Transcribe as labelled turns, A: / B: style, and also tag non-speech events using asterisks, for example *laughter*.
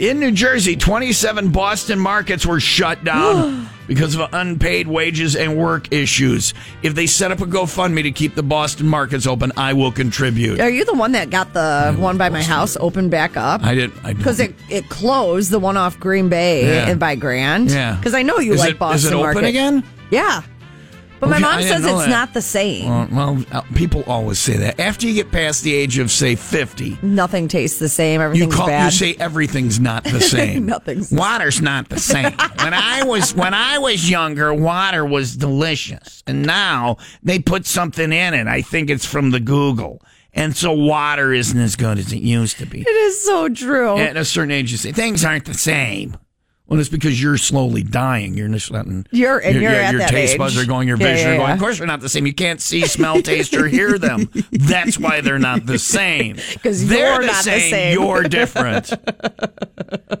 A: In New Jersey, 27 Boston markets were shut
B: *gasps*
A: down because of unpaid wages and work issues. If they set up a GoFundMe to keep the Boston markets open, I will contribute.
B: Are you the one that got the one by my house open back up?
A: I didn't. I
B: Because it, it closed the one off Green Bay
A: Yeah.
B: and by Grand.
A: Yeah.
B: Because I know you
A: Is
B: like
A: it- is
B: Boston
A: it open
B: Market.
A: again?
B: Yeah. But my
A: Okay, I
B: mom
A: didn't
B: says
A: know
B: it's
A: that.
B: not the same.
A: Well, well, uh, people always say that. After you get past the age of, say, 50,
B: Nothing tastes the same.
A: you
B: Everything's
A: call
B: bad.
A: you say everything's not
B: *laughs*
A: the same.
B: Nothing's the
A: water's not the same. when I was when I was younger, water was delicious, and now they put something in it. I think it's from the Google, and so water isn't as good as it used to be.
B: it is so true.
A: At a certain age, you say things aren't the same. Well, it's because you're slowly dying. You're just letting
B: You're- and
A: your-
B: you're
A: your,
B: at
A: your
B: that
A: taste
B: age.
A: buds are going, your
B: Yeah,
A: vision
B: yeah,
A: are going.
B: yeah.
A: Of course, they're not the same. You can't see, smell, taste, or hear them. That's why they're not the same.
B: *laughs* 'Cause
A: they're
B: you're
A: the
B: not the
A: same.
B: *laughs* same.
A: You're different.